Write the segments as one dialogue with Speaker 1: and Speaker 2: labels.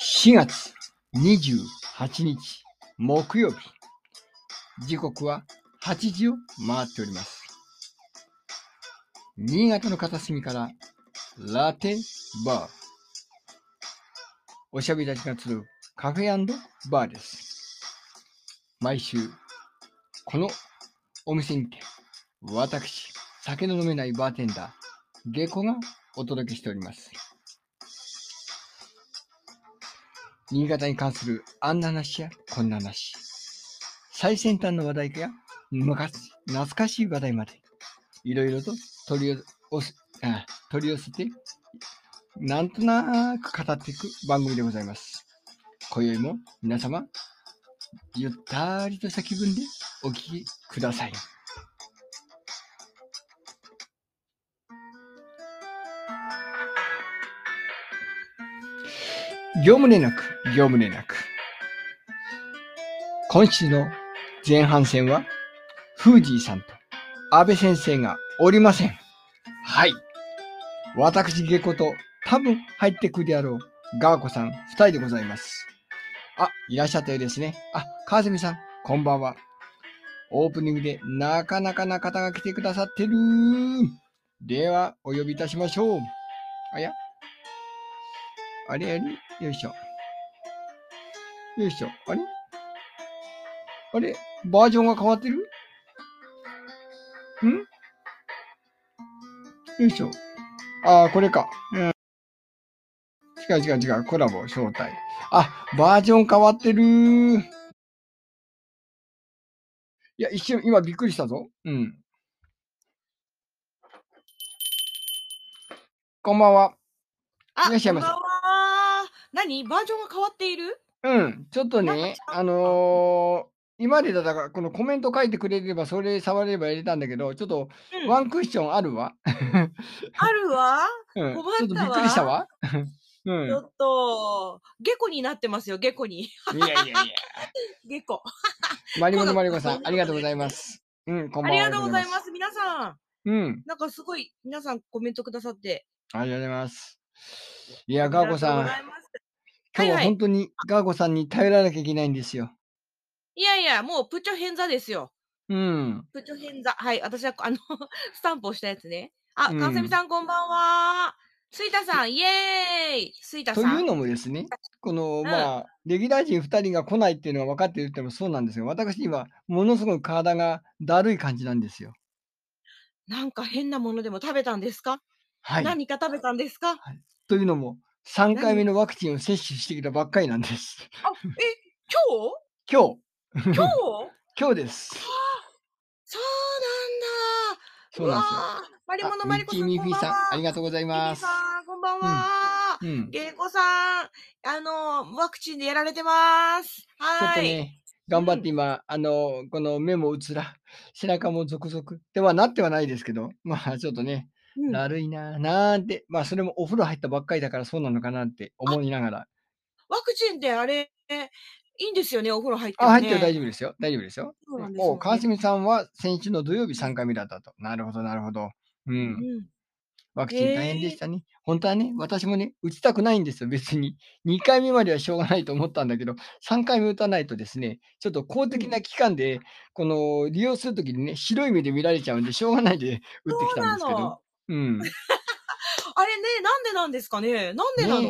Speaker 1: 4月28日木曜日時刻は8時を回っております新潟の片隅からラテバーおしゃべりたちが集うカフェバーです毎週このお店にて私酒の飲めないバーテンダーゲコがお届けしております新潟に関するあんな話やこんな話、最先端の話題や昔懐かしい話題まで、いろいろと取り寄せあ取り寄せて、なんとなく語っていく番組でございます。今宵も皆様、ゆったりとした気分でお聞きください。業務連絡、業務連絡。今週の前半戦は、フージーさんと安倍先生がおりません。はい。私、下戸と多分入ってくるであろう、ガーコさん二人でございます。あ、いらっしゃったようですね。あ、川澄さん、こんばんは。オープニングでなかなかな方が来てくださってる。では、お呼びいたしましょう。あや、あれあれよいしょ。よいしょ。あれあれバージョンが変わってるんよいしょ。ああ、これか。うん。違う違う違う。コラボ、招待。あ、バージョン変わってるいや、一瞬、今びっくりしたぞ。うん。こんばんは。
Speaker 2: あ、
Speaker 1: いらっしゃいませ
Speaker 2: こんばんは。何バージョンが変わっている
Speaker 1: うん、ちょっと
Speaker 2: なんか
Speaker 1: ね
Speaker 2: ち、
Speaker 1: あのー今までだから、このコメント書いてくれれば、それ触れれば入れたんだけど、ちょっと
Speaker 2: うん
Speaker 1: ワンクッションあるわ。
Speaker 2: あるわ。
Speaker 1: うん、ちょ
Speaker 2: 困
Speaker 1: っと
Speaker 2: った
Speaker 1: び
Speaker 2: わ
Speaker 1: っくりしたわ。う
Speaker 2: ちょっと、下戸になってますよ、下戸に。
Speaker 1: ん、いやいやいや。
Speaker 2: 下戸。
Speaker 1: マリモのマリコさん、ありがとうございます。うん、こんば
Speaker 2: あ
Speaker 1: んは。
Speaker 2: りがとうございます、皆さん。
Speaker 1: うん、
Speaker 2: なんかすごい、皆さんコメントくださって。
Speaker 1: ありがとうございます。いや、ガーコさん、
Speaker 2: ありが
Speaker 1: 今
Speaker 2: とうございます
Speaker 1: 日ははい
Speaker 2: はい
Speaker 1: 本当にガーコさんに頼らなきゃいけないんですよ。
Speaker 2: いやいや、もうプチョヘンザですよ。
Speaker 1: うん、
Speaker 2: プチョヘンザ。はい、私はあの、 スタンプをしたやつね。あ、
Speaker 1: うん
Speaker 2: 川澄さん、こんばんは。スイタさん、イエーイスイタ
Speaker 1: と
Speaker 2: さ。
Speaker 1: いうんのもですね、この、
Speaker 2: ん
Speaker 1: まあ、レギュラー陣2人が来ないっていうのは分かっているってもそうなんですが、私今、ものすごく体がだるい感じなんですよ。
Speaker 2: なんか変なものでも食べたんですか、
Speaker 1: はい。
Speaker 2: 何か食べたんですか
Speaker 1: というのも、3回目のワクチンを接種してきたばっかりなんです。
Speaker 2: え、今日
Speaker 1: 今日、
Speaker 2: 今日
Speaker 1: 今日です。
Speaker 2: そ
Speaker 1: そ
Speaker 2: うなんだ。
Speaker 1: うなんですよ。
Speaker 2: わあ。マリモの
Speaker 1: あ
Speaker 2: マリコさん。
Speaker 1: ミッキーミッフィーさん、ありがとうござい
Speaker 2: と
Speaker 1: ます。
Speaker 2: さん、こんばんは。
Speaker 1: うん。ち
Speaker 2: ゲイコさん、あの、ワクチンでやられてます。
Speaker 1: ょっ
Speaker 2: は
Speaker 1: と
Speaker 2: ーい。
Speaker 1: ね、頑張って今、あの、この目もうつら、背中もゾクゾク。ではなってはないですけど、まあちょっとね、
Speaker 2: うん
Speaker 1: だるいな、なんて、まあそれもお風呂入ったばっかりだからそうなのかなって思いながら。
Speaker 2: ワクチンってあれ、いいんですよね、お風呂入って
Speaker 1: あ、
Speaker 2: も、ね。
Speaker 1: 入ってる大丈夫ですよ。大丈夫ですよ。
Speaker 2: そうなんですよね
Speaker 1: お川澄さんは先週の土曜日3回目だったと。なるほど、なるほど。うん。
Speaker 2: うん
Speaker 1: ワクチン大変でしたね。本当はね、私もね、打ちたくないんですよ、別に。2回目まではしょうがないと思ったんだけど、3回目打たないとですね、ちょっと公的な機関で、この利用するときにね、白い目で見られちゃうんで、しょうがないで打ってき
Speaker 2: そう
Speaker 1: たん
Speaker 2: な
Speaker 1: ですけど、
Speaker 2: の。
Speaker 1: うん、
Speaker 2: あれね、なんでなんですかね。なんでなの、
Speaker 1: ね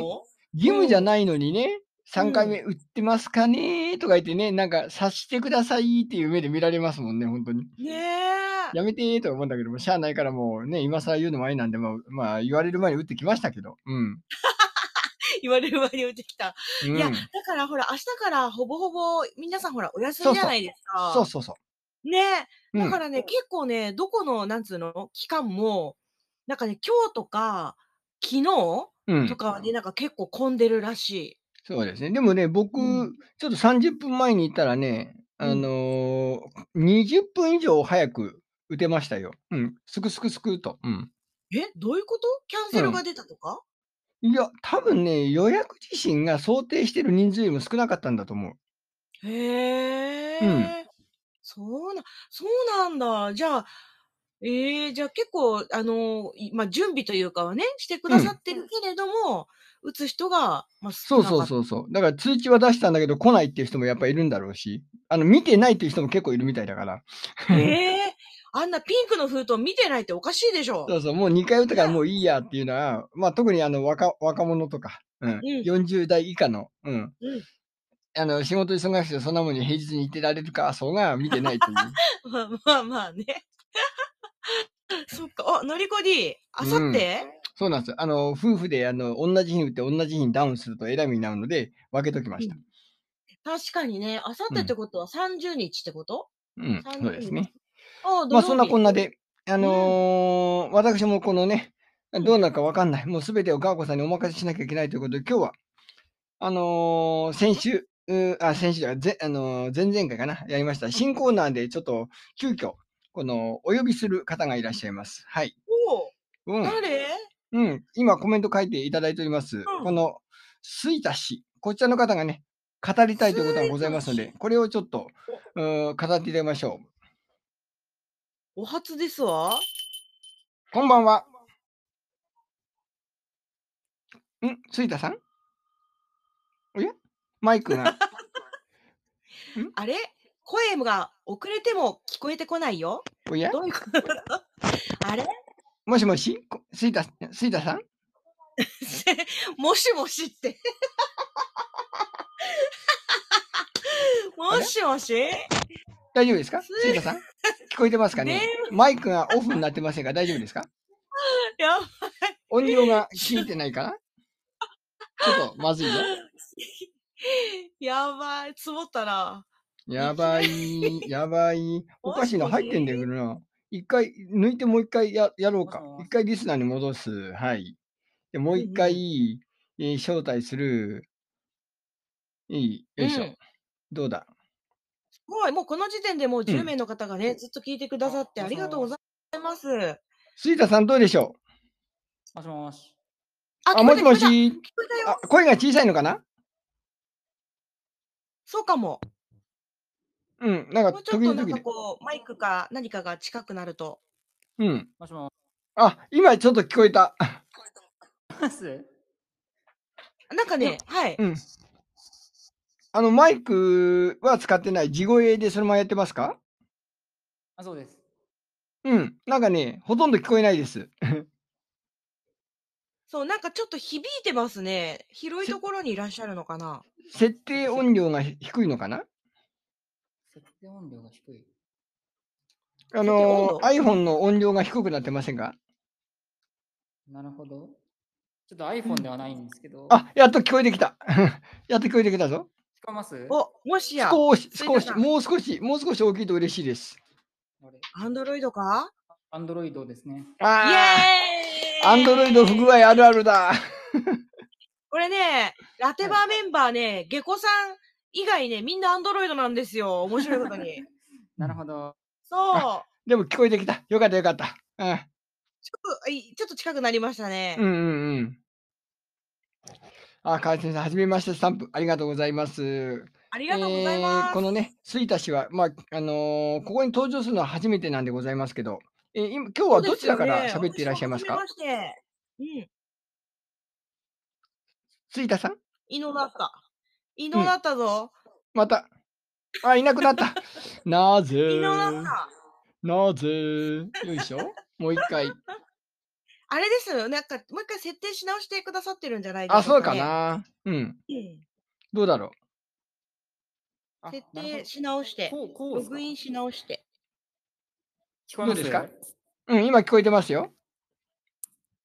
Speaker 1: 義務じゃ
Speaker 2: うん
Speaker 1: ないのにね、3回目打ってますかねとか言ってね、なんか察してくださいっていう目で見られますもんね、本当に。
Speaker 2: ねえ。
Speaker 1: やめてーとか思うんだけども、しゃあないからもうね、今更言うのもあれなんで、まあ、まあ、言われる前に打ってきましたけど、うん。
Speaker 2: 言われる前に打ってきた。
Speaker 1: うん、
Speaker 2: いや、だからほら、明日からほぼほぼ、皆さんほら、お休
Speaker 1: そう
Speaker 2: み
Speaker 1: そう
Speaker 2: じゃないですか。
Speaker 1: そうそうそう。
Speaker 2: ねえ。
Speaker 1: うん
Speaker 2: だからね、結構ね、どこの、なんつうの、期間も、なんかね、今日とか、昨日
Speaker 1: うん
Speaker 2: と、かはね、なんか結構混んでるらし
Speaker 1: そうですね。でもね、僕、
Speaker 2: うん
Speaker 1: ちょっと30分前に行ったらね、
Speaker 2: うん
Speaker 1: あのー20分以上早く打てましたよ。うん。すくすくすくと。うん。
Speaker 2: い。え、どういうことキャンセルが出たとか、
Speaker 1: いや、多分ね、予約自身が想定してる人数よりも少なかったんだと思う。
Speaker 2: へえ、そうな、そうなんだ。じゃあ、ええじゃあ結構、あのーいまあ、準備というかはね、してくださってるけれども、打つ人が、まあ、
Speaker 1: そう
Speaker 2: 少なか
Speaker 1: そう
Speaker 2: っ
Speaker 1: そうそう。だから通知は出したんだけど来ないっていう人もやっぱいるんだろうし、あの、見てないっていう人も結構いるみたいだから。
Speaker 2: た。ええあんなピンクの封筒見てないっておかしいでしょ。
Speaker 1: そうそう、もう2回打ったからもういいやっていうのは、まあ特にあの若若者とか、うん40代以下の、うん。
Speaker 2: うん
Speaker 1: あの仕事忙しくてそんなもんに平日に行ってられるか、そうが見てない という。
Speaker 2: まあまあまあね。 そっか。あ、のりこ D、あさって、
Speaker 1: そうなんですよ。あの、夫婦であの同じ日に打って同じ日にダウンするとえらい目になるので、分けときました。
Speaker 2: 確かにね、あさってってことは30日ってこと、
Speaker 1: うん、
Speaker 2: 30
Speaker 1: そうですね。
Speaker 2: ああ、土
Speaker 1: ま
Speaker 2: 曜
Speaker 1: あ
Speaker 2: 日
Speaker 1: そんなこんな。で、あのー私もこのね、どうなるかわかんない。もうすべてをガーコさんにお任せしなきゃいけないということで、今日は、あのー先週、うあ、先週じゃないぜ、あのー前々回かな、やりました。新コーナーでちょっと、急遽、この、お呼びする方がいらっしゃいます。はい。
Speaker 2: おう
Speaker 1: うん。
Speaker 2: 誰
Speaker 1: うん、今コメント書いていただいております。この、吹田氏、こちらの方がね、語りたいということがございますの
Speaker 2: 吹
Speaker 1: で、これをちょっと、うー語っていただきましょう。
Speaker 2: お初ですわ。
Speaker 1: こんばんは。ん吹田さんおやマイク が。
Speaker 2: あれ声が遅れても聞こえてこないよ。
Speaker 1: おや
Speaker 2: どういうことあれ
Speaker 1: もしもしこ吹田、吹田さん
Speaker 2: もしもしって。 もしもし
Speaker 1: 大丈夫ですか
Speaker 2: す
Speaker 1: 吹田さん聞こえてますかね
Speaker 2: ね
Speaker 1: マイクがオフになってませんが大丈夫ですか
Speaker 2: やば
Speaker 1: 音量が効いてないかなちょっとまずいよ。
Speaker 2: い。やばい。積もったな。
Speaker 1: やば い、やばい。お
Speaker 2: もし
Speaker 1: かしいの入ってんだけどな。一回抜いてもう一回ややろうか
Speaker 2: もしも。し
Speaker 1: 一回リスナーに戻す。はい。でもう
Speaker 2: うんう
Speaker 1: 一
Speaker 2: ん
Speaker 1: 回、えー招待する。いい。よいしょ。
Speaker 2: うん
Speaker 1: どうだ
Speaker 2: すごい。もうこの時点でもう
Speaker 1: う
Speaker 2: 10
Speaker 1: ん
Speaker 2: 名の方がね、ずっと聞いてくださってありがとうございます。
Speaker 1: 杉田さんどうでしょう
Speaker 3: もしもし。
Speaker 1: あ、
Speaker 2: 聞こ
Speaker 1: も
Speaker 2: え
Speaker 1: したも
Speaker 2: 聞こ
Speaker 1: し。
Speaker 2: えた
Speaker 1: あ
Speaker 2: よ。、
Speaker 1: 声が小さいのかな
Speaker 2: そうかも。
Speaker 1: うん。なん
Speaker 2: も
Speaker 1: か
Speaker 2: うちょ
Speaker 1: 時
Speaker 2: っと
Speaker 1: 々
Speaker 2: なんか
Speaker 1: で。
Speaker 2: こう、マイクか何かが近くなると。
Speaker 1: うん。
Speaker 3: もしも
Speaker 1: あ、今ちょっと聞こえた。
Speaker 3: し。
Speaker 2: なんかね、はい。
Speaker 1: うん。あの、マイクは使ってない。地声でそのままやってますか
Speaker 3: あ、そうです。
Speaker 1: うん。なんかね、ほとんど聞こえないです。
Speaker 2: そう、なんかちょっと響いてますね。広いところにいらっしゃるのかな。
Speaker 1: 設定音量がひ低いのかな
Speaker 3: 設定音量が低い。
Speaker 1: あ
Speaker 2: 設定温
Speaker 1: の
Speaker 2: 度
Speaker 1: ー、iPhone の音量が低くなってませんか
Speaker 3: なるほど。ちょっと iPhone ではないんですけど。聞
Speaker 1: あ、やっと聞こえてきた。 やっと聞こえてきたぞ。
Speaker 3: こえます
Speaker 2: お、もしや、
Speaker 1: 少し、
Speaker 2: 着い
Speaker 1: 少
Speaker 2: た
Speaker 1: し、
Speaker 2: な
Speaker 1: もう少し、もう少し大きいと嬉しいです。
Speaker 3: あれ
Speaker 2: アンドロイドか
Speaker 3: アンドロイドですね。
Speaker 2: イ
Speaker 1: あ
Speaker 2: エーイ
Speaker 1: あ、アンドロイド不具合あるあるだ。
Speaker 2: これね、ラテバーメンバーね、下戸さん以外ね、みんなアンドロイドなんですよ。面白いこと に。
Speaker 3: なるほど。
Speaker 2: そう。
Speaker 1: でも聞こえてきた。よかったよかった。う
Speaker 2: ちょっといちょっと近くなりましたね。
Speaker 1: ん、うん、うんうん。あ、川先生、はじめまして、スタンプ。ありがとうございます。
Speaker 2: ありがとうございます。
Speaker 1: えーこのね、杉田氏は、まあ、あのーここに登場するのは初めてなんでございますけど、えー今今日
Speaker 2: そ
Speaker 1: は
Speaker 2: うで
Speaker 1: ど
Speaker 2: す
Speaker 1: ち
Speaker 2: よ
Speaker 1: ら
Speaker 2: ね
Speaker 1: から喋っていらっしゃいますか
Speaker 2: 私も初めましてうん。
Speaker 1: 杉田さん
Speaker 2: 異能だった。異能だったぞ。
Speaker 1: また。あ、いなくなった。 なぜ
Speaker 2: 異能だった。
Speaker 1: なぜよいしょ。もう一 回。
Speaker 2: あれですよ。なんか、もう一回設定し直してくださってるんじゃないですか、
Speaker 1: あ、そうか。な。うん。
Speaker 2: うん、
Speaker 1: どうだろ
Speaker 3: あ
Speaker 2: 設
Speaker 3: なるほ
Speaker 2: 定
Speaker 3: ど
Speaker 2: し直して、
Speaker 3: こう、こう
Speaker 2: ロ
Speaker 3: ですか
Speaker 2: グインし直して。
Speaker 3: 聞こえます
Speaker 1: どうですう。うん、今聞こえてますよ。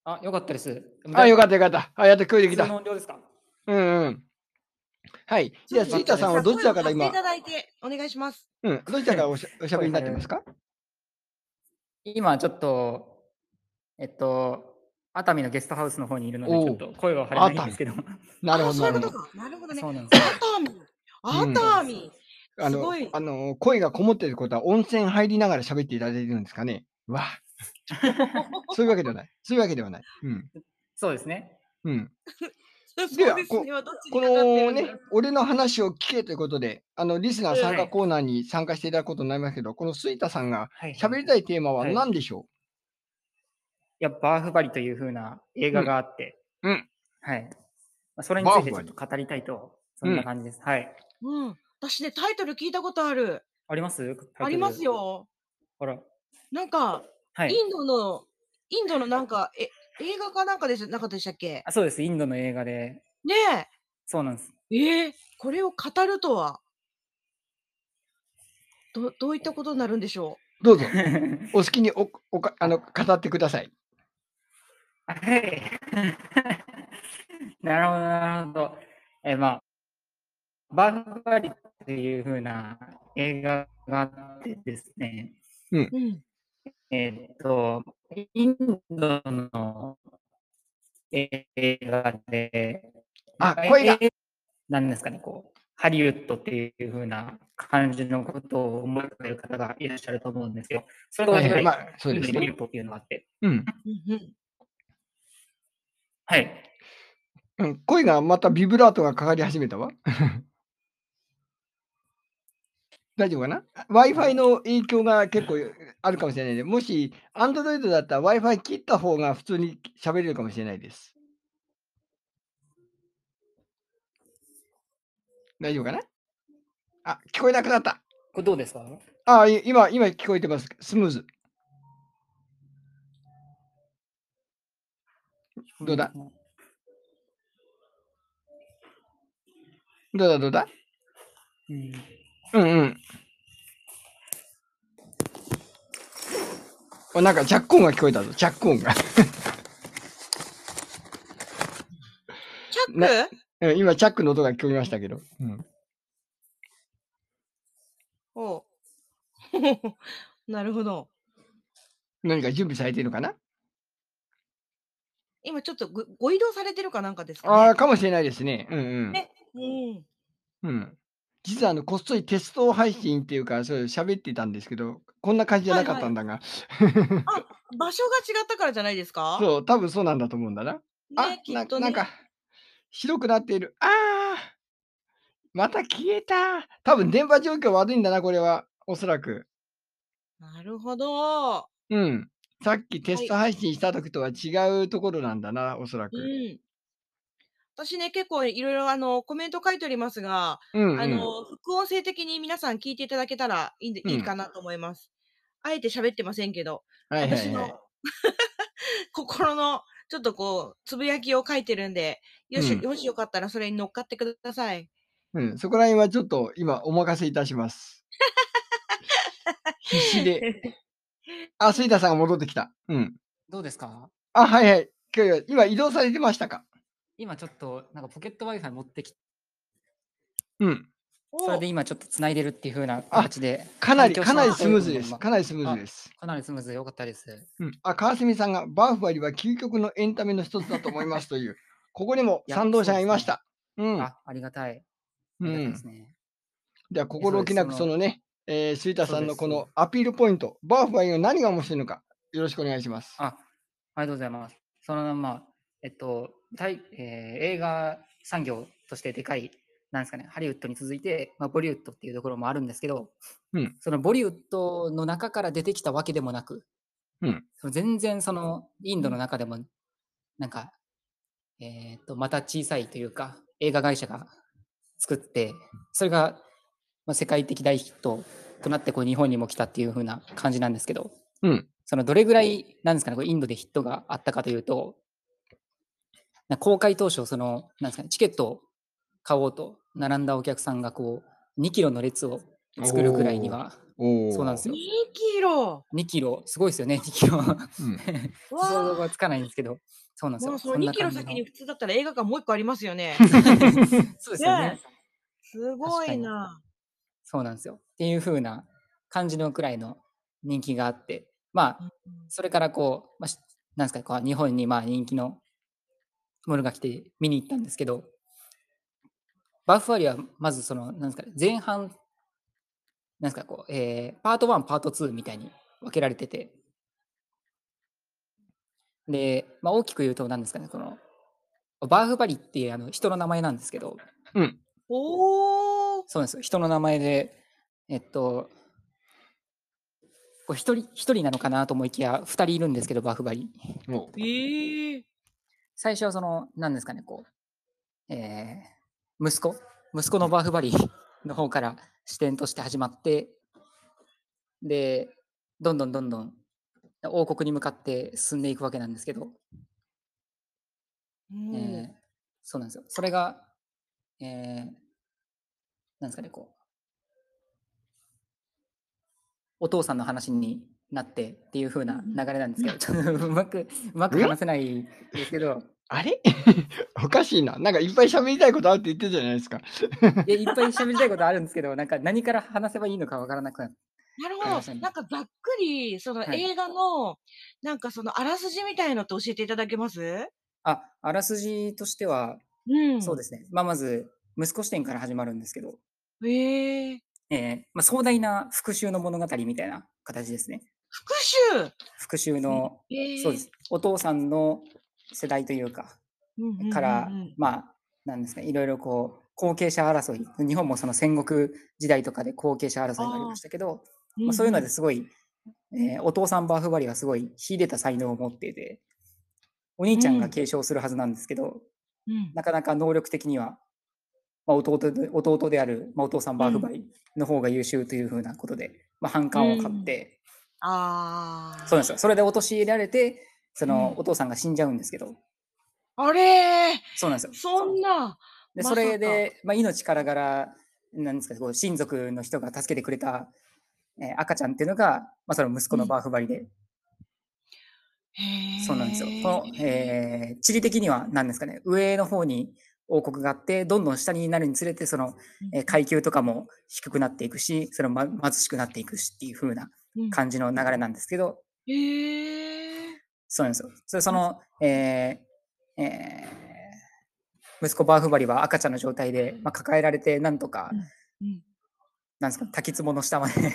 Speaker 3: あ、よかったです。
Speaker 1: あ、よ
Speaker 3: かっ
Speaker 1: かったよかった。あ、やっと聞こえて
Speaker 3: た
Speaker 1: き
Speaker 3: 普通の
Speaker 1: た。
Speaker 3: 音量ですか
Speaker 1: うんうん。はい。じゃあ、
Speaker 3: ちょっ
Speaker 1: 杉
Speaker 3: と待って
Speaker 1: 田さんはどちらから
Speaker 2: 声を
Speaker 1: 今
Speaker 2: 張ってい、ただいて、お願いします。
Speaker 1: うん、どちらからおしゃおしゃべりになってますか
Speaker 3: 今ちょっと、えっと、熱海のゲストハウスの方にいるので、
Speaker 1: おう
Speaker 3: ちょっと声は張れないんですけど。
Speaker 1: なるほど、
Speaker 2: あそう
Speaker 1: ないる
Speaker 2: うこ
Speaker 1: ほ
Speaker 2: と
Speaker 1: ど。
Speaker 2: か。なるほどね
Speaker 3: そ。うなんですよ。
Speaker 2: 熱海。
Speaker 1: うん
Speaker 2: 熱海。
Speaker 1: あ
Speaker 2: す
Speaker 1: の
Speaker 2: ごい、
Speaker 1: あの、声がこもっていることは温泉入りながら喋っていただいてるんですかね。わ あ。そういうわけではない。そういうわけではない。うん。
Speaker 3: そうですね。
Speaker 1: うん。
Speaker 2: そう
Speaker 1: では
Speaker 2: です
Speaker 1: こ
Speaker 2: ね。今どっちに
Speaker 1: こ
Speaker 2: かかって
Speaker 1: の
Speaker 2: るんだろ
Speaker 1: ね
Speaker 2: う、
Speaker 1: 俺の話を聞けということで、あの、リスナー参
Speaker 3: は
Speaker 1: 加
Speaker 3: い
Speaker 1: コーナーに参加していただくことになりますけど、この杉田さんが
Speaker 3: はい
Speaker 1: 喋りたいテーマは
Speaker 3: はい
Speaker 1: 何でしょ
Speaker 3: いや、バーフバリという風な映画があって、
Speaker 1: うんうん
Speaker 3: はい。まあそれについてちょっと語りたいと、そんな感じです。はい。
Speaker 2: うん。私ね、タイトル聞いたことある。
Speaker 3: あります
Speaker 2: あります。よ。
Speaker 3: タイトルあら。
Speaker 2: なんか、
Speaker 3: はい
Speaker 2: イ。ンドの、インドのなんか、え、映画かなんかですなかったでしたっけ
Speaker 3: あそうです。インドの映画で。
Speaker 2: ね
Speaker 3: そうな んです。
Speaker 2: え。えーこれを語るとは。ど、どういったことになるんでしょ
Speaker 1: どうぞ、お好きにおおかあの語ってください。
Speaker 3: はい。 なるほど、なるほど。えーまあ、バーフバリっていう風な映画があってですね、
Speaker 2: う。うん。
Speaker 3: えーっと、インドの映画で、
Speaker 1: あ
Speaker 3: ま、
Speaker 1: 声が。
Speaker 3: えー何ですかね、こう、ハリウッドっていう風な感じのことを思い浮かべる方がいらっしゃると思うんですよ。それと同
Speaker 1: は
Speaker 3: じ
Speaker 1: い
Speaker 3: ぐ
Speaker 1: は
Speaker 3: ら
Speaker 1: い、
Speaker 3: い、
Speaker 1: まあ、そう
Speaker 3: イ
Speaker 1: で
Speaker 3: ンド
Speaker 1: す
Speaker 3: にミル
Speaker 1: ね。
Speaker 3: ポっていうのがあって。
Speaker 1: うん。
Speaker 2: うんうん
Speaker 3: はい。
Speaker 1: うん声がまたビブラートがかかり始めたわ。 大丈夫かな ?Wi-Fi の影響が結構あるかもしれないので、もし Android だったら Wi-Fi 切った方が普通に喋れるかもしれないです。大丈夫かなあ、聞こえなくなった。
Speaker 3: これどうですか
Speaker 1: あ、い今、今聞こえてます。スムーズ。どうだどうだどうだ
Speaker 3: うん
Speaker 1: うんうん。おなんかジャック音が聞こえたぞ、ジャック音が。
Speaker 2: チャ
Speaker 1: な
Speaker 2: ック
Speaker 1: うん今、チャックの音が聞こえましたけど。うん
Speaker 2: おう なるほど。
Speaker 1: 何か準備されているのかな
Speaker 2: 今ちょっとごご移動されてるかなんかですか
Speaker 1: ああ、
Speaker 2: ね。
Speaker 1: かもしれないですね。うんうん。
Speaker 2: ねうん。
Speaker 1: うん、実はあの、こっそりテスト配信っていうか、そう喋ってたんですけど、こんな感じじゃなかったんだが、
Speaker 2: 場所が違ったからじゃないですか
Speaker 1: そう、多分そうなんだと思うんだな。あ
Speaker 2: ね、き
Speaker 1: な
Speaker 2: っと
Speaker 1: な
Speaker 2: ね。
Speaker 1: んか、白くなっている。ああまた消えた。多分電波状況悪いんだな、これは。おそらく。
Speaker 2: なるほど。
Speaker 1: うん。さっきテ
Speaker 2: は
Speaker 1: ス
Speaker 2: い
Speaker 1: ト配信した時とは違うところなんだな、おそら
Speaker 2: う
Speaker 1: く。
Speaker 2: ん。私ね、結構いろいろあの、コメント書いておりますが、
Speaker 1: うん、うん。
Speaker 2: あの、副音声的に皆さん聞いていただけたらいいんで、
Speaker 1: うん
Speaker 2: いいかなと思います。あえて喋ってませんけど、
Speaker 1: はいはい
Speaker 2: 私
Speaker 1: は
Speaker 2: の 心のちょっとこう、つぶやきを書いてるんで、よし、
Speaker 1: うん
Speaker 2: よしよかったらそれに乗っかってください。
Speaker 1: い。うん。そこら辺はちょっと今お任せいたします。必死で。あ、スイダさんが戻ってきた。うん。
Speaker 3: どうですか
Speaker 1: あ、はいはい。今日は今移動されてましたか
Speaker 3: 今ちょっと、なんかポケット Wi-Fi 持ってきて、
Speaker 1: うん。
Speaker 3: それで
Speaker 2: お
Speaker 3: 今ちょっと繋いでるっていう風な形で、
Speaker 1: かなり、
Speaker 3: 環境
Speaker 1: かなりス
Speaker 3: 障
Speaker 1: ムー
Speaker 3: 害
Speaker 1: ズ
Speaker 3: とい
Speaker 1: で
Speaker 3: う
Speaker 1: す。
Speaker 3: か
Speaker 1: かなりスムーズです。
Speaker 3: かなりスムーズでよかったです。
Speaker 1: うん、あ、川澄さんがバーフバリは究極のエンタメの一つだと思いますという、ここにも
Speaker 3: いや
Speaker 1: 賛同者がいまし
Speaker 3: そ
Speaker 1: た。うん。
Speaker 3: あ、ありがたい。あ
Speaker 1: う
Speaker 3: りがたい
Speaker 1: ん
Speaker 3: ですね。
Speaker 1: じゃあ、心置きなく、
Speaker 3: そ
Speaker 1: そう
Speaker 3: です
Speaker 1: のね、えー、杉田さんのこ
Speaker 3: そうで
Speaker 1: の
Speaker 3: す
Speaker 1: アピールポイント、バーフバリの何が面白いのか、よろしくお願いします。
Speaker 3: あ、ありがとうございます。そのまあ、えっと、たいえー映画産業としてでかい、なんですかね、ハリウッドに続いて、まあ、ボリウッドっていうところもあるんですけど、
Speaker 1: うん
Speaker 3: そのボリウッドの中から出てきたわけでもなく、
Speaker 1: うん
Speaker 3: その全然そのインドの中でも、なんか、えーっと、また小さいというか、映画会社が作って、それが、まあ、世界的大ヒットとなってこう日本にも来たっていう風な感じなんですけど、
Speaker 1: うん。
Speaker 3: そのどれぐらい、なんですかね、こうインドでヒットがあったかというと、なんか公開当初、その、なんですかね、チケットを買おうと、並んだお客さんがこう、2キロの列を作るぐらいには、
Speaker 1: おー
Speaker 3: そうなんです
Speaker 2: 2
Speaker 3: よ。
Speaker 2: キロ
Speaker 3: 2キロ、すごいですよね、2キロ。
Speaker 1: うん
Speaker 2: わ
Speaker 3: 想像
Speaker 2: ー
Speaker 3: がつかないんですけど、そうなんです
Speaker 2: も
Speaker 3: よ。
Speaker 2: うその
Speaker 3: ん
Speaker 2: 2
Speaker 3: な
Speaker 2: キロ
Speaker 3: 感じの
Speaker 2: 先に普通だったら映画館もう一個ありますよ ね。
Speaker 3: そうですよね
Speaker 2: ね。すご
Speaker 3: 確か
Speaker 2: い
Speaker 3: に
Speaker 2: な。
Speaker 3: そうなんですよ。っていう風な感じのくらいの人気があって、まあ、それからこう、まあ、しなんですかねこう、日本にまあ人気のものが来て見に行ったんですけど、バフワリはまずその、なんですかね、前半、なんですか、こう、えーパート1、パート2みたいに分けられてて、で、まあ、大きく言うと、なんですかね、この、バーフバリっていうあの人の名前なんですけど、
Speaker 2: おー
Speaker 3: そうなんですよ。人の名前で、えっと、こう一人、一人なのかなと思いきや、二人いるんですけど、バフバリ。
Speaker 1: おー
Speaker 2: ええ
Speaker 3: 最初はその、何ですかね、こう、えー息子息子のバーフバリーの方から視点として始まってでどんどんどんどん王国に向かって進んでいくわけなんですけど、
Speaker 2: うん
Speaker 3: えーそうなんですよそれが、えーなんですかねこうお父さんの話になってっていう風な流れなんですけど、ちょっとうまくうまく
Speaker 1: え
Speaker 3: 話せないですけど。
Speaker 1: あれ おかしいな。なんかいっぱい喋りたいことあるって言ってたじゃないですか。
Speaker 3: いやいっぱい喋りたいことあるんですけど、なんか何から話せばいいのかわからなくなって。
Speaker 2: なる
Speaker 3: わかり
Speaker 2: ほ
Speaker 3: まし
Speaker 2: ど
Speaker 3: た。ね
Speaker 2: なんかざっくり、その
Speaker 3: はい
Speaker 2: 映画の、なんかそのあらすじみたいのって教えていただけます
Speaker 3: あ、あらすじとしては、
Speaker 2: うん
Speaker 3: そうですね。まあ、まず、息子視点から始まるんですけど、
Speaker 2: す。ええ
Speaker 3: えーまあ、壮大な復讐の物語みたいな形ですね。
Speaker 2: 復讐
Speaker 3: 復讐の、
Speaker 2: ええ
Speaker 3: そうです。お父さんの世代というか、から、まあ、なんですか、いろいろこう、後継者争い、日本もその戦国時代とかで後継者争いがありましたけど、まあ、そういうので。すごい、えーお父さんバーフバリはすごい秀でた才能を持っていて、お兄ちゃん
Speaker 2: う
Speaker 3: が
Speaker 2: ん
Speaker 3: 継承するはずなんですけど、
Speaker 2: うんうんうん
Speaker 3: なかなか能力的には、まあ、弟で弟である、まあ、お父さんバーフバリの方が優秀というふうなことで、まあ、反感を買って、
Speaker 2: ああ。
Speaker 3: そうなんですよ。それで陥れられて、その
Speaker 2: う、ん
Speaker 3: お父さんが死んじゃうんですけど、
Speaker 2: あれー
Speaker 3: そうなんですよ。
Speaker 2: そんな。
Speaker 3: で
Speaker 2: ま
Speaker 3: そ
Speaker 2: さか
Speaker 3: れで、まあ、命からがら、なんですか、こう親族の人が助けてくれた、えー赤ちゃんっていうのが、まあ、その息子の
Speaker 2: うん
Speaker 3: バーフバリで、
Speaker 2: へー
Speaker 3: そうなんですよ。この、えー地理的には何ですかね、上の方に王国があって、どんどん下になるにつれて、その、えー階級とかも低くなっていくし、その、ま、貧しくなっていくしっていう風な
Speaker 2: うん
Speaker 3: 感じの流れなんですけど、
Speaker 2: へ え。
Speaker 3: そうなんですよ。それその、えーえー息子バーフバリは赤ちゃんの状態で、まあ、抱えられて、なんとか、
Speaker 2: うん
Speaker 3: なんですか、滝壺の下まで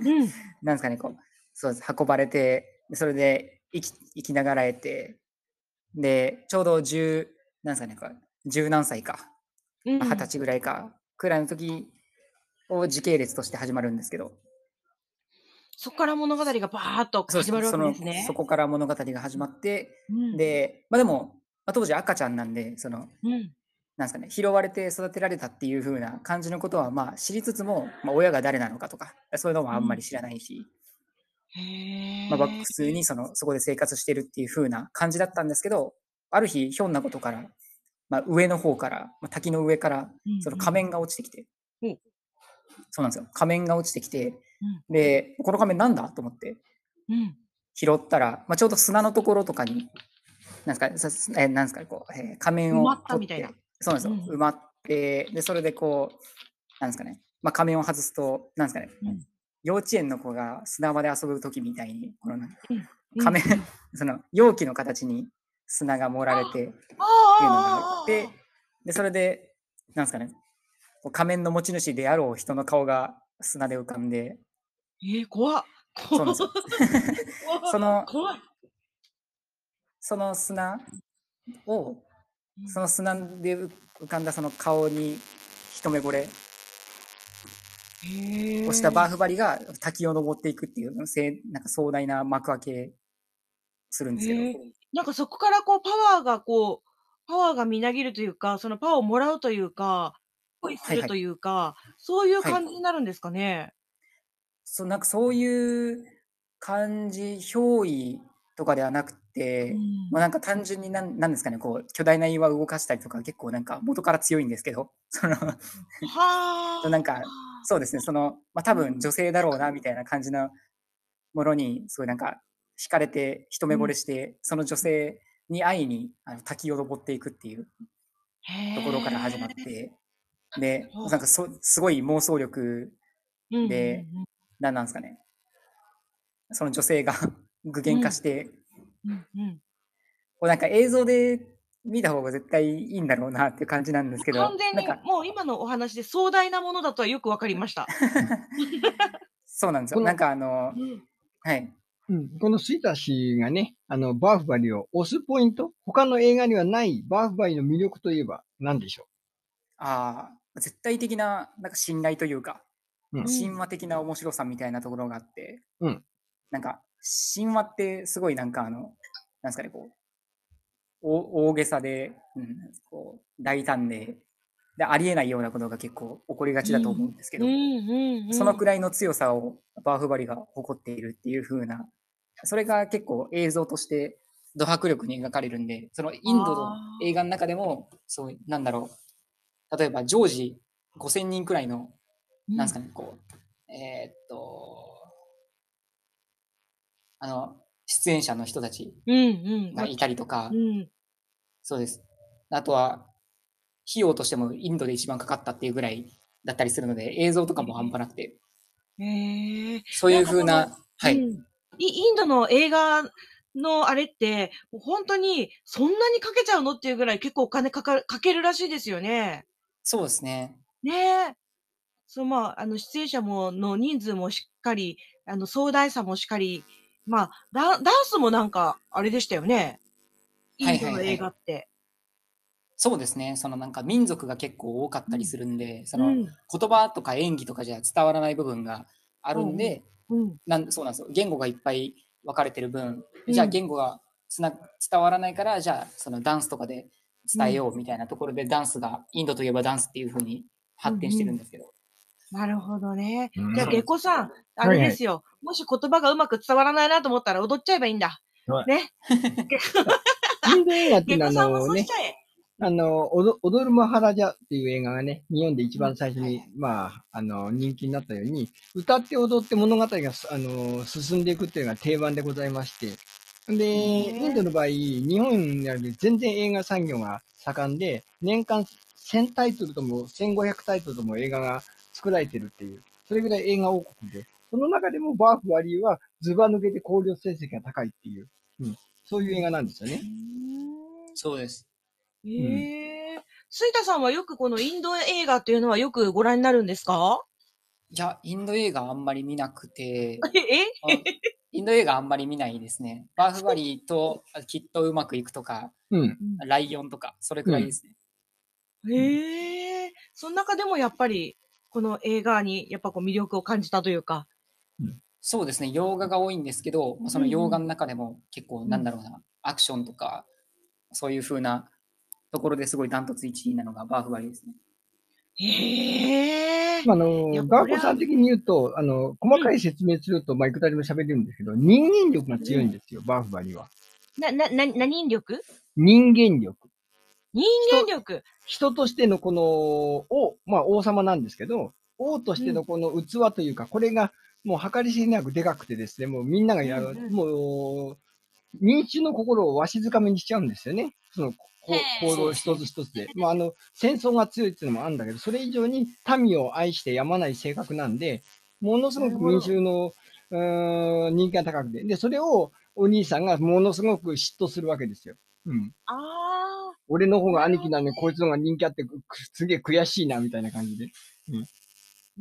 Speaker 2: うん。
Speaker 3: なんですかね、こう、そうです、運ばれて、それで生き生きながらえて、で、ちょうど10、なんですかね、こう10何歳か、
Speaker 2: うん
Speaker 3: まあ二十歳ぐらいか、くらいの時を時系列として始まるんですけど、
Speaker 2: そこから物語がバーっと
Speaker 3: そう
Speaker 2: 始まるわ
Speaker 3: そ
Speaker 2: け
Speaker 3: の
Speaker 2: ですね
Speaker 3: そ。こから物語が始まって、
Speaker 2: うん、
Speaker 3: で、まあでも、まあ、当時赤ちゃんなんで、その、
Speaker 2: うん
Speaker 3: なんですかね、拾われて育てられたっていう風な感じのことは、まあ知りつつも、まあ親が誰なのかとか、そういうのもあんまり知らないし、
Speaker 2: へ
Speaker 3: まあ、
Speaker 2: ー
Speaker 3: バック普通にそのそこで生活してるっていう風な感じだったんですけどある日ひょんなことから、まあ、上の方から、まあ、滝の上からその仮面が落ちてきて、
Speaker 2: うん
Speaker 3: そうなんですよ仮面が落ちてきて、
Speaker 2: うん
Speaker 3: でこの仮面なんだと思って
Speaker 2: うんうん
Speaker 3: 拾ったら、まあ、ちょうど砂のところとかになんですかさすえなんですかこう、えー仮面を
Speaker 2: 埋まった
Speaker 3: 取
Speaker 2: みたいな
Speaker 3: ってそうなんですよ、
Speaker 2: うん
Speaker 3: 埋まってでそれでこうなんですかね、まあ、仮面を外すとなんですかね、
Speaker 2: うん
Speaker 3: 幼稚園の子が砂場で遊ぶ時みたいにこのなんか
Speaker 2: うん
Speaker 3: 仮面、その容器の形に砂が盛られてっていう
Speaker 2: あ
Speaker 3: の
Speaker 2: あ
Speaker 3: があって、で、それで、なんですかね、こう仮面の持ち主であろう人の顔が砂で浮か んで、
Speaker 2: えー、怖っ。
Speaker 3: そ
Speaker 2: 怖
Speaker 3: うな
Speaker 2: っ
Speaker 3: んですよ。その、
Speaker 2: 怖い。
Speaker 3: その砂を、
Speaker 2: うん
Speaker 3: その砂で浮浮かんだその顔に一目惚れ
Speaker 2: へ
Speaker 3: をしたバー
Speaker 2: ー
Speaker 3: フバリが滝を登っていくっていう、せなんか壮大な幕開けするんですけど、
Speaker 2: へーなんかそこからこうパワーがこう、パワーがみなぎるというか、そのパワーをもらうというか、恋す
Speaker 3: はいは
Speaker 2: る
Speaker 3: い
Speaker 2: というか、そういう
Speaker 3: はい
Speaker 2: 感じになるんですかね。
Speaker 3: そうなんかそういう感じ憑依とかではなくて、
Speaker 2: うん
Speaker 3: まあ、なんか単純になんなんですかねこう巨大な岩を動かしたりとか結構なんか元から強いんですけどその
Speaker 2: はあ。
Speaker 3: なんかそうですねその、まあ、多分女性だろうなみたいな感じのものにすごいなんか惹かれて一目惚れして、その女性に会いにあの滝を登っていくっていうところから始まって、で
Speaker 2: はあ
Speaker 3: なんかそすごい妄想力
Speaker 2: て
Speaker 3: でなんなんですかねその女性が 具現化して、こ
Speaker 2: うんうん
Speaker 3: うなんか映像で見た方が絶対いいんだろうなっていう感じなんですけど
Speaker 2: 完全
Speaker 3: なん
Speaker 2: に
Speaker 3: か
Speaker 2: もう今のお話で壮大なものだとはよくわかりま した。
Speaker 3: そうなんです
Speaker 1: こ
Speaker 3: よ
Speaker 1: の
Speaker 3: なんかあの
Speaker 2: うん
Speaker 3: はい
Speaker 1: うん、このスイタ氏がね、あの、バーフバリを押すポイント、他の映画にはないバーフバリの魅力といえば何でしょ
Speaker 3: あー絶対的ななんか信頼というか、
Speaker 1: うん
Speaker 3: 神話的な面白さみたいなところがあって、
Speaker 1: うん
Speaker 3: なんか神話ってすごいなんかあのなんですかねこうお大げさで、うん、こう大胆ででありえないようなことが結構起こりがちだと思うんですけど、そのく
Speaker 2: らい。
Speaker 3: らいの強さをバーフバリが誇っているっていう風なそれが結構映像としてド迫力に描かれるんでそのインドの
Speaker 2: あー
Speaker 3: 映画の中でもそうなんだろう例えば常時5,000人くらいのなんですかね、こう、えーっと、あの、出演者の人たち
Speaker 2: うんうん。
Speaker 3: がいたりとか、
Speaker 2: うん。
Speaker 3: そうです。あとは、費用としてもインドで一番かかったっていうぐらいだったりするので、映像とかも半端なくて、
Speaker 2: へえ。
Speaker 3: そういうふう
Speaker 2: なん
Speaker 3: な、はい、
Speaker 2: うんイインドの映画のあれって、もう本当にそんなにかけちゃうのっていうぐらい結構お金かかるかけるらしいですよね。
Speaker 3: そうですね。
Speaker 2: ねえ。そう、まあ、あの、出演者も、の人数もしっかり、あの、壮大さもしっかり、まあ、ダンダンスもなんか、あれでしたよね。イ
Speaker 3: はい
Speaker 2: ン
Speaker 3: は
Speaker 2: ド
Speaker 3: いはい
Speaker 2: の映画って。
Speaker 3: そうですね。そのなんか民族が結構多かったりするんで、その
Speaker 2: うん
Speaker 3: 言葉とか演技とかじゃ伝わらない部分があるんで、
Speaker 2: うん。
Speaker 3: なんそうなんですよ言語がいっぱい分かれてる分
Speaker 2: うん
Speaker 3: じゃあ言語がつな伝わらないからじゃあそのダンスとかで伝えようみたいなところで、ダンスがインドといえばダンスっていう風に発展してるんですけど、
Speaker 2: なるほどね。
Speaker 1: うん
Speaker 2: じゃあ、下戸さん、あ
Speaker 1: はい
Speaker 2: れですよ。もし言葉がうまく伝わらないなと思ったら踊っちゃえばいいんだ。
Speaker 1: はい
Speaker 2: ね。
Speaker 1: インド映画ってい
Speaker 2: 下
Speaker 1: うのは、あ
Speaker 2: 戸さんもそ
Speaker 1: の
Speaker 2: う
Speaker 1: ね
Speaker 2: しち、ゃえ。
Speaker 1: あの、踊踊るマハラジャっていう映画がね、日本で一番最初
Speaker 3: はい
Speaker 1: に
Speaker 3: はい、
Speaker 1: まあ、あの、人気になったように、歌って踊って物語がす、あの、進んでいくっていうのが定番でございまして、で、
Speaker 2: ね
Speaker 1: インドの場合、日本より全然映画産業が盛んで、年間1000タイトルとも1500タイトルとも映画が作られてるっていう、それぐらい映画王国で、その中でもバーフバリーはズバ抜けて交流成績が高いっていう、うん、そういう映画なんですよね。
Speaker 3: そうです
Speaker 2: へえ。杉田さんはよくこのインド映画っていうのはよくご覧になるんですか
Speaker 3: いやインド映画あんまり見なく
Speaker 2: え
Speaker 3: て あインド映画あんまり見ないですねバーフバリーとあきっとうまくいくとか
Speaker 1: うん。
Speaker 3: ライオンとかそれくらいですね、
Speaker 2: へえ、その中でもやっぱり、この映画にやっぱこう魅力を感じたというか。
Speaker 3: そうですね洋画が多いんですけどまあその洋画の中でも結構なんだろうな、アクションとかそういう風なところですごいダントツ1位なのがバーフバリーですね。
Speaker 2: へえ。
Speaker 1: まああ
Speaker 2: いや
Speaker 1: の、
Speaker 2: これ
Speaker 1: ガー
Speaker 2: は
Speaker 1: コさん的に言うと、あの、細かい説明すると、まあ、いくらでも喋れるんですけど、人間力が強いんですよ、バーフバリは。
Speaker 2: な、な、な、何人力
Speaker 1: 人間力。
Speaker 2: 人間力。
Speaker 1: 人としてのこの、王、まあ、王様なんですけど、王としてのこの器というか、これが、もう計り知れなくでかくてですね、もうみんながやる、
Speaker 2: うんうん
Speaker 1: もう、民衆の心をわしづかみにしちゃうんですよね。その、こ
Speaker 2: へえ
Speaker 1: 行動一つ一つで。まあ、あの、戦争が強いっていうのもあるんだけど、それ以上に民を愛してやまない性格なんで、ものすごく民衆の、うーん、人気が高くて。で、それをお兄さんがものすごく嫉妬するわけですよ。うん。
Speaker 2: ああ。
Speaker 1: 俺の方が兄貴なのに、こいつの方が人気あって、くすげえ悔しいな、みたいな感じで。
Speaker 2: うんうん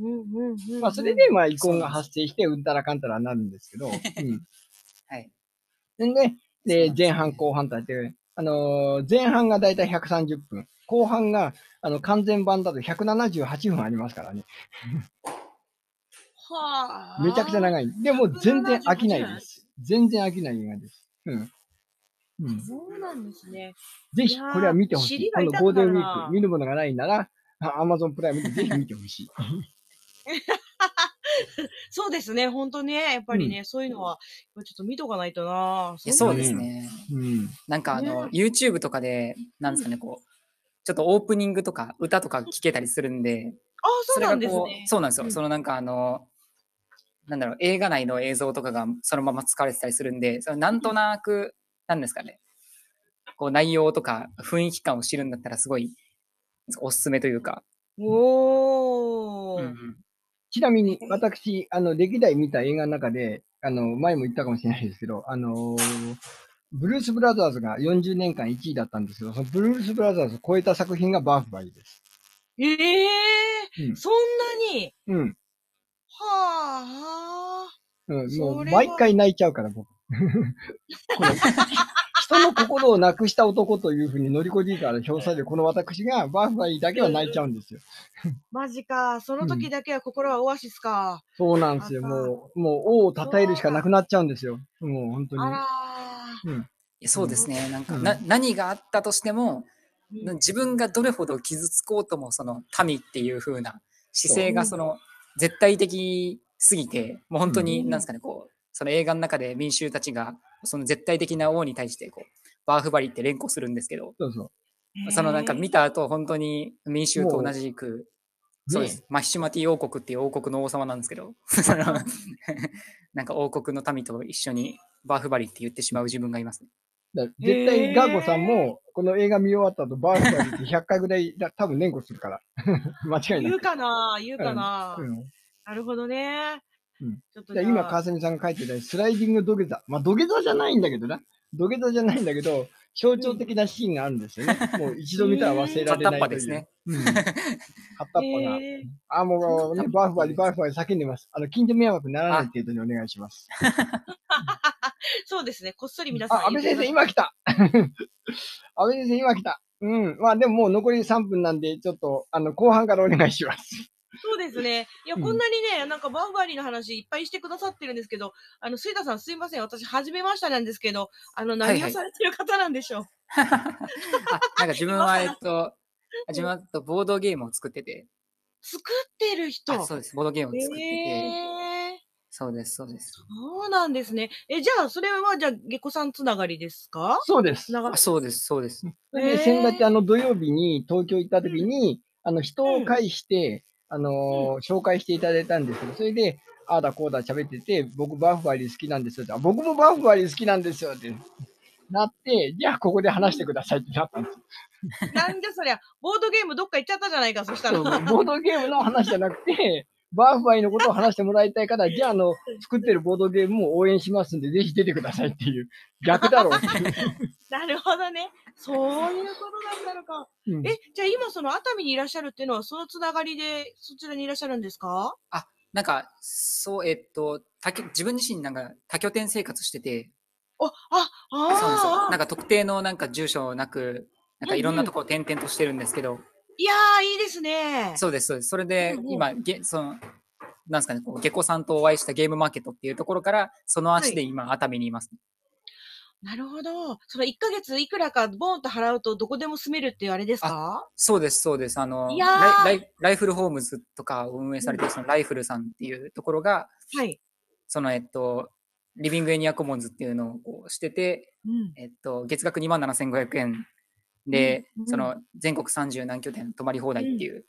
Speaker 2: うんうん。
Speaker 1: まあ、それで、まあ、遺恨が発生して、うんたらかんたらになるんですけど。
Speaker 3: はい。
Speaker 1: うん。で、で
Speaker 3: そうなんですね
Speaker 1: 前半、後半とやって、あのー前半がだいたい130分、後半が、あの、完全版だと178分ありますからね。
Speaker 2: はあ。
Speaker 1: めちゃくちゃ
Speaker 2: い。
Speaker 1: 長い。でも、全然飽きないです。全然飽きない映画です。うん。うん。
Speaker 2: そうなんですね。
Speaker 1: ぜひ、これは見てほし
Speaker 2: い
Speaker 1: い。
Speaker 2: やー
Speaker 1: この
Speaker 2: 尻が痛くな
Speaker 1: ゴール
Speaker 2: るな
Speaker 1: デンウィーク、見るものがないなら、アマゾンプライムでぜひ見てほしい。
Speaker 2: そうですね。本当ね。やっぱりね、そういうのは、ちょっと見とかないとな。
Speaker 3: いやそう
Speaker 2: なん
Speaker 3: ですね。
Speaker 1: うん。
Speaker 3: なんかあの、
Speaker 2: ね
Speaker 3: YouTube とかで、なんですかね、こう、ちょっとオープニングとか歌とか聴けたりするんで、
Speaker 2: ああ、そうなんです
Speaker 3: そ
Speaker 2: ね。
Speaker 3: そうなんですよ。
Speaker 2: うん
Speaker 3: そのなんかあの、なんだろう、映画内の映像とかがそのまま使われてたりするんで、そのなんとなく、なんですかね、こう内容とか雰囲気感を知るんだったらすごいおすすめというか、
Speaker 2: おー。
Speaker 1: ちなみに、私、あの、歴代見た映画の中で、あの、前も言ったかもしれないですけど、あのーブルース・ブラザーズが40年間1位だったんですけど、そのブルース・ブラザーズを超えた作品がバーフバリーです。
Speaker 2: ええ
Speaker 1: うん
Speaker 2: そんなに。
Speaker 1: うん。
Speaker 2: はあはあ。
Speaker 1: うん、も、
Speaker 2: そうれは
Speaker 1: 毎回泣いちゃうから、 僕。この人の心をなくした男というふうに乗りこじいから表されるこの私が、バーフバリーだけは泣いちゃうんですよ。
Speaker 2: マジか。その時だけは心はオアシスか。
Speaker 1: そうなんですよ。
Speaker 2: あそう
Speaker 1: もう、もう、王を称えるしかなくなっちゃうんですよ。もう、本当に。
Speaker 2: あら
Speaker 1: う
Speaker 2: ー。
Speaker 1: ん
Speaker 3: いやそうですね、なんか、
Speaker 1: うん
Speaker 3: な何があったとして
Speaker 2: うん
Speaker 3: も、自分がどれほど傷つこうともその民っていう風な姿勢が
Speaker 2: そ
Speaker 3: その絶対的すぎてもう本当
Speaker 2: う
Speaker 3: に
Speaker 2: ん
Speaker 3: なんですかねこうその映画の中で民衆たちがその絶対的な王に対してこうバーフバリって連呼するんですけど
Speaker 1: そうそう。
Speaker 3: そのなんか見た後本当に民衆と同じくそうです、
Speaker 1: ね
Speaker 3: マヒシュマティ王国っていう王国の王様なんですけど そのなんか王国の民と一緒にバーフバリって言ってしまう自分がいますね。
Speaker 1: だから絶対ガーゴさんも、この映画見終わった後、バースターで100回ぐらいだ、多分連呼するから。 間違いな
Speaker 2: 言う
Speaker 1: く。
Speaker 2: かな言うかな、
Speaker 1: うん
Speaker 2: なるほどね。
Speaker 1: うん
Speaker 2: ちょっと
Speaker 1: じゃあ今、川澄さんが書いてたスライディング土下座。まあ、土下座じゃないんだけどな。土下座じゃないんだけど、象徴的なシーンがあるん ですよね。もう一度見たら忘れられ
Speaker 3: 片
Speaker 1: な
Speaker 3: っ
Speaker 1: いとい
Speaker 3: 端で
Speaker 1: う
Speaker 3: すね。。
Speaker 1: うん片っ端が。
Speaker 2: えー
Speaker 1: あ、もう、ね、
Speaker 3: 片っ端
Speaker 1: バーフバリ、バーフバリ叫んでます。あの、近所迷惑にならない程度にお願いします。
Speaker 2: そうですね。こっそり皆さん
Speaker 1: あ、安
Speaker 2: 言っ
Speaker 1: 倍
Speaker 2: て
Speaker 1: 先
Speaker 2: くだ
Speaker 1: 生、
Speaker 2: さい。
Speaker 1: 今来た 安倍先生、今来たうん。まあ、でももう残り3分なんで、ちょっと、あの、後半からお願いします。
Speaker 2: そうですね。いや、
Speaker 1: うん
Speaker 2: こんなにね、なんかバーフバリーの話いっぱいしてくださってるんですけど、あの、水田さんすいません。私、初めましたなんですけど、あの、
Speaker 3: はい
Speaker 2: 何をされてる方なんでしょう。
Speaker 3: あなんか自分は、えっと、自分はえっとボードゲームを作ってて、
Speaker 2: 作ってる人。
Speaker 3: あそうです、ボードゲームを作ってて、
Speaker 2: えー
Speaker 3: そうです、そうです。
Speaker 2: そうなんですね。え、じゃあ、それは、じゃあ、下戸さんつながりです か
Speaker 1: そうです
Speaker 2: つ。なが
Speaker 3: あそうです、そうです。
Speaker 2: へ
Speaker 1: で、
Speaker 2: ー
Speaker 1: 先だってあの土曜日に東京行った時に、あの人を介して、あのー紹介していただいたんですけど、それで、ああだこうだ喋ってて、僕バーフバリー好きなんですよって、あ僕もバーフバリー好きなんですよってなって、じゃあここで話してくださいってなったんですよ。
Speaker 2: なんでそりゃ、ボードゲームどっか行っちゃったじゃないか、そしたら。
Speaker 1: ボードゲームの話じゃなくて、バーフバリーのことを話してもらいたいから、じゃああの、作ってるボードゲームも応援しますんで、ぜひ出てくださいっていう、逆だろうっていう。
Speaker 2: なるほどね。そういうことだったのか。
Speaker 1: うん
Speaker 2: え、じゃあ今その熱海にいらっしゃるっていうのは、そのつながりでそちらにいらっしゃるんですか
Speaker 3: なんか、そう、えっと、多拠自分自身なんか多拠点生活してて、
Speaker 2: あ、あ、あ
Speaker 3: そうなんですよ。
Speaker 2: あ
Speaker 3: なんか特定のなんか住所なく、なんかいろんなところ転々としてるんですけど、
Speaker 2: いやー、いいですね。
Speaker 3: そうです、そうです。それで
Speaker 2: うんうん
Speaker 3: 今、げその、なんですかね、こう下戸さんとお会いしたゲームマーケットっていうところから、その足で今、熱海にいます。
Speaker 2: なるほど。その1ヶ月いくらかボーンと払うとどこでも住めるっていうあれですか
Speaker 3: そうです、そうです。あの
Speaker 2: いやー
Speaker 3: ライライ、ライフルホームズとかを運営されてる、そのライフルさんっていうところが、
Speaker 2: はい。
Speaker 3: その、えっと、リビングエニアコモンズっていうのをこうしてて、
Speaker 2: うん。
Speaker 3: えっと、月額2万7500円で、
Speaker 2: うん
Speaker 3: その、全国30何拠点泊まり放題っていう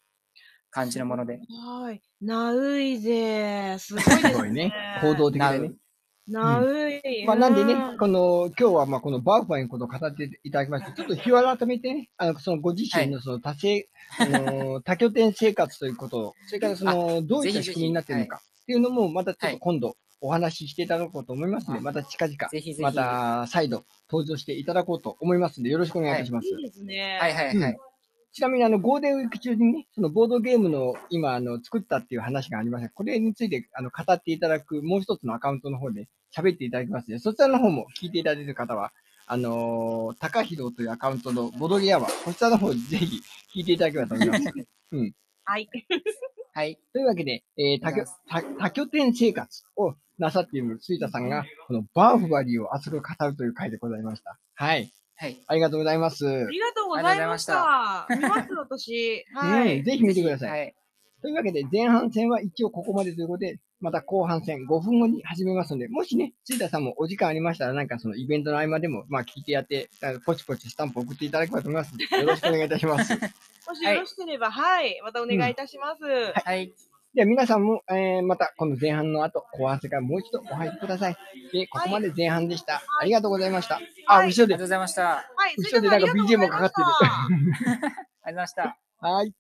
Speaker 3: 感じのもので、
Speaker 2: はい。ナウイゼー。すごいです
Speaker 1: すごいね
Speaker 2: ね。。
Speaker 1: 行動的
Speaker 3: な
Speaker 1: だ
Speaker 3: う
Speaker 1: ね。
Speaker 2: ナウイ。
Speaker 1: まあ、なんでね
Speaker 2: うん、
Speaker 1: この、今日はまあこのバーファインのことを語っていただきました。ちょっと日を改めてね、あの、そのご自身のその多生、あの、 多拠点生活ということ、それからその、どういっ
Speaker 3: ぜ
Speaker 1: た
Speaker 3: ひ
Speaker 1: 仕組みになっているのかっていうのも、またちょっと今度お話ししていただこうと思いますので、
Speaker 3: はい
Speaker 1: また近々、
Speaker 3: ぜひぜひ。
Speaker 1: また再度登場していただこうと思いますので、よろしくお願いいたします。
Speaker 2: いいですね。
Speaker 3: はいはいはい。
Speaker 1: ちなみに、あの、ゴールデンウィーク中にね、そのボードゲームの今、あの、作ったっていう話がありました。これについて、あの、語っていただく、もう一つのアカウントの方で喋っていただきますので、そちらの方も聞いていただいている方は、あのー、高弘というアカウントのボードゲームは、こちらの方ぜひ聞いていただければと思います ので。
Speaker 2: はい。
Speaker 3: はい。
Speaker 1: というわけで、えー多拠多多拠点生活をなさっている杉田さんが、このバーフバリーを熱く語るという回でございました。はい。
Speaker 3: はい。
Speaker 1: ありがとうございます。
Speaker 2: ありがとうございました。見ま す、私。は
Speaker 1: はい、
Speaker 2: い。
Speaker 1: ぜひ見てください。
Speaker 3: はい。
Speaker 1: というわけで、前半戦は一応ここまでということで、また後半戦5分後に始めますので、もしね、辻田さんもお時間ありましたら、なんかそのイベントの合間でも、まあ聞いてやって、あのポチポチスタンプ送っていただければと思いますので、よろしくお願いいたします。
Speaker 2: もしよろしければ、はい。またお願いいたします。
Speaker 3: はい。
Speaker 1: では皆さんも、えー、またこの前半の後、後半戦からもう一度お入りください。で、ここまで前半でした。ありがとうございました。あ、
Speaker 2: はい
Speaker 1: 後ろ
Speaker 3: ありが
Speaker 1: で
Speaker 3: とうございました。ありがと
Speaker 2: はい。
Speaker 1: 後ろでなんか BGM もかかってる
Speaker 2: る。
Speaker 3: うございました。
Speaker 1: はい。